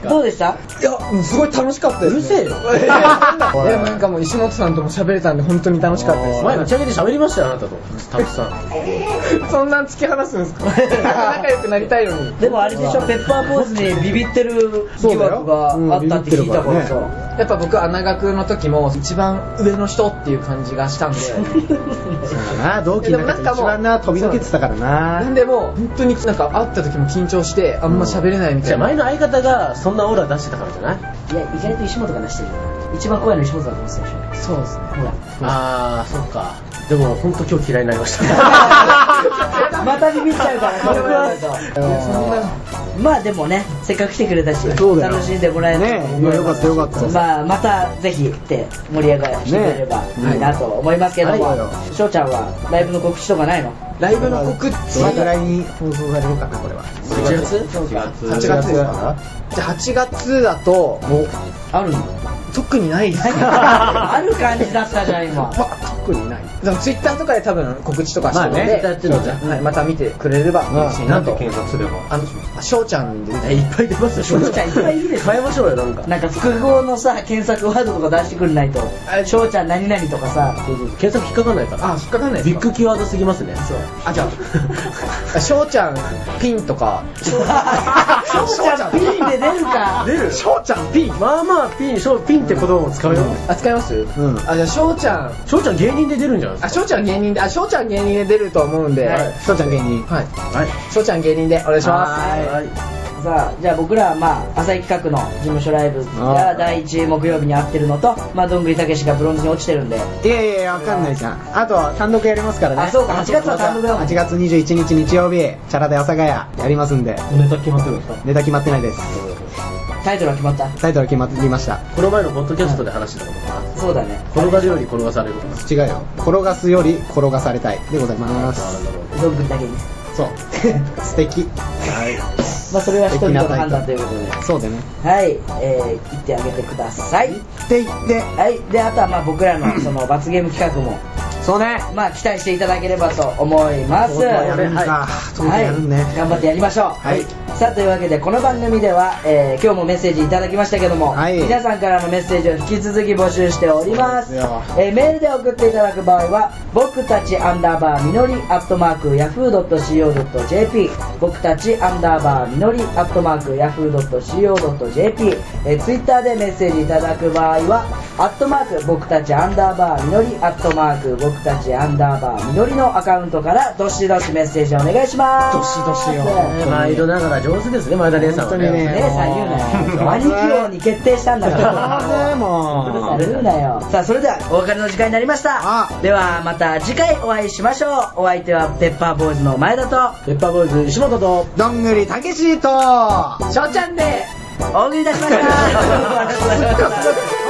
[SPEAKER 2] どうでした
[SPEAKER 4] いや、もうすごい楽しかったです、ね。うるせえよ。いや、なんかもう石本さんとも喋れたんで、本当に楽しかったです。
[SPEAKER 3] 前打ち上げで喋りましたよあなたとスタッフさん
[SPEAKER 4] そんなん突き放すんですか仲良くなりたいのに。
[SPEAKER 2] でもあれでしょペッパーポーズにビビってる疑惑があったって聞いたから
[SPEAKER 1] そうだようんビビってるから
[SPEAKER 2] さ
[SPEAKER 4] やっぱ僕、穴学の時も、一番上の人っていう感じがしたん で。
[SPEAKER 1] そうだな同期の中で一番な飛び抜けてたから
[SPEAKER 4] な
[SPEAKER 1] なん
[SPEAKER 4] でもう本当になんか会った時も緊張してあんま喋れないみた
[SPEAKER 3] じゃ
[SPEAKER 4] い
[SPEAKER 3] あ
[SPEAKER 4] な、
[SPEAKER 3] 前の相方がそんなオーラ出してたからじゃない
[SPEAKER 2] いや意外と石本が出してるよな一番怖いの石本だと思ってたでしょ
[SPEAKER 4] そうですね
[SPEAKER 2] ほら
[SPEAKER 3] あーそっかでも本当今日嫌いになりました
[SPEAKER 2] またビビっちゃうからこれ
[SPEAKER 3] 僕
[SPEAKER 2] は
[SPEAKER 3] は
[SPEAKER 4] そんな
[SPEAKER 2] まあでもねせっかく来てくれたし
[SPEAKER 1] そうだよ
[SPEAKER 2] 楽しんでもらえたと思い
[SPEAKER 1] ね
[SPEAKER 2] ま
[SPEAKER 1] え
[SPEAKER 2] す
[SPEAKER 1] よかったよかった
[SPEAKER 2] まあまたぜひって盛り上がってくれればいいなと思いますけども、
[SPEAKER 1] はいは
[SPEAKER 2] 翔ちゃんはライブの告知とかないの
[SPEAKER 5] ライブの告知
[SPEAKER 1] どれぐらいに放送されるかなこれは
[SPEAKER 3] 8月
[SPEAKER 5] 8月ですかじゃあ8月だと
[SPEAKER 2] あるの
[SPEAKER 5] 特にないですね
[SPEAKER 2] ある感じだったじゃん今
[SPEAKER 5] まあ特にないでもツイッターとかで多分告知とかしてるの
[SPEAKER 3] まあね
[SPEAKER 5] で、
[SPEAKER 3] Twitter やってるのじゃん
[SPEAKER 5] はい、また見てくれれば嬉しいな
[SPEAKER 3] なん
[SPEAKER 5] と
[SPEAKER 3] て検索すれば
[SPEAKER 5] あの翔ちゃんですね
[SPEAKER 3] いっぱい出ますよ
[SPEAKER 2] 翔ちゃんいっぱいいるでしょ
[SPEAKER 3] 変えましょうよなんか
[SPEAKER 2] なんか複合のさ検索ワードとか出してくんないと「翔ちゃん何々」とかさ
[SPEAKER 3] そうそうそう検索引っかかんないから
[SPEAKER 5] あ引っかかんないで
[SPEAKER 3] ビ
[SPEAKER 5] す
[SPEAKER 3] ッ
[SPEAKER 5] か
[SPEAKER 3] グキーワードすぎますねそう
[SPEAKER 5] あじゃあ 翔ちゃんピンとか
[SPEAKER 2] 翔ちゃんピンで出るか
[SPEAKER 3] 出る
[SPEAKER 5] 翔ちゃんピン
[SPEAKER 3] まあまあピンショーピンって言葉も使うよ
[SPEAKER 5] あ使いますうんあじゃあ翔ちゃん
[SPEAKER 3] 翔ちゃん芸人で出るんじゃないで
[SPEAKER 5] あ
[SPEAKER 3] す
[SPEAKER 5] 翔ちゃん芸人であ翔ちゃん芸人で出ると思うんで
[SPEAKER 2] は
[SPEAKER 5] はいい
[SPEAKER 1] 翔ちゃん芸人
[SPEAKER 3] かはい
[SPEAKER 5] 翔ちゃん芸人でお願いしま
[SPEAKER 3] はい
[SPEAKER 2] さあじゃあ僕らはまあ浅井企画の事務所ライブが第1木曜日に合ってるのとまあどんぐりたけしがブロンズに落ちてるんで
[SPEAKER 1] いやいやいやわかんないじゃんあとは単独やりますからね
[SPEAKER 2] あそうか8月は単独だもん
[SPEAKER 1] 8月21日日曜日チャラで阿佐ヶ谷やりますんで
[SPEAKER 3] ネタ決まってるんですか
[SPEAKER 1] ネタ決まってないです
[SPEAKER 2] タイトルは決まった
[SPEAKER 1] タイトル決まってきました
[SPEAKER 3] この前のポッドキャストで話してたことかな
[SPEAKER 2] そうだね
[SPEAKER 3] 転がるように転がされる
[SPEAKER 1] 違うよ転がすより転がされたいでございます
[SPEAKER 2] どんぐりたけに
[SPEAKER 1] そう素敵
[SPEAKER 2] まあそれは一人の判断ということで
[SPEAKER 1] そうでね
[SPEAKER 2] はいえー、行ってあげてください
[SPEAKER 1] って言って
[SPEAKER 2] はいであとはまあ僕 らのその罰ゲーム企画も
[SPEAKER 1] そうね
[SPEAKER 2] まあ期待していただければと思います
[SPEAKER 1] やるんかそうやるね
[SPEAKER 2] 頑張ってやりましょう、
[SPEAKER 1] はい
[SPEAKER 2] さあというわけでこの番組では、えー今日もメッセージいただきましたけども、
[SPEAKER 1] はい
[SPEAKER 2] 皆さんからのメッセージを引き続き募集しております
[SPEAKER 1] そうですよ
[SPEAKER 2] えーメールで送っていただく場合は僕たちアンダーバーみのりアットマークヤフー .co.jp 僕たちアンダーバーみのりアットマークヤフー .co.jp、えー、ツイッターでメッセージいただく場合はアットマーク僕たちアンダーバーみのりアットマーク僕たちアンダーバーみのりのアカウントからどしどしメッセージお願いします
[SPEAKER 1] どしどしよ
[SPEAKER 3] 毎度ながら上手ですね前田姉さんは
[SPEAKER 1] 本当にね
[SPEAKER 2] 姉さん言う なよ
[SPEAKER 1] もう
[SPEAKER 2] 兄貴王に決定したんだから
[SPEAKER 1] でも
[SPEAKER 2] 言うなよさあそれではお別れの時間になりました
[SPEAKER 1] あ
[SPEAKER 2] ではまた次回お会いしましょうお相手はペッパーボーイズの前田と
[SPEAKER 3] ペッパーボーイズ石本と
[SPEAKER 1] どんぐりたけ しと
[SPEAKER 2] 翔ちゃんでお送りいたしましたありがとうございました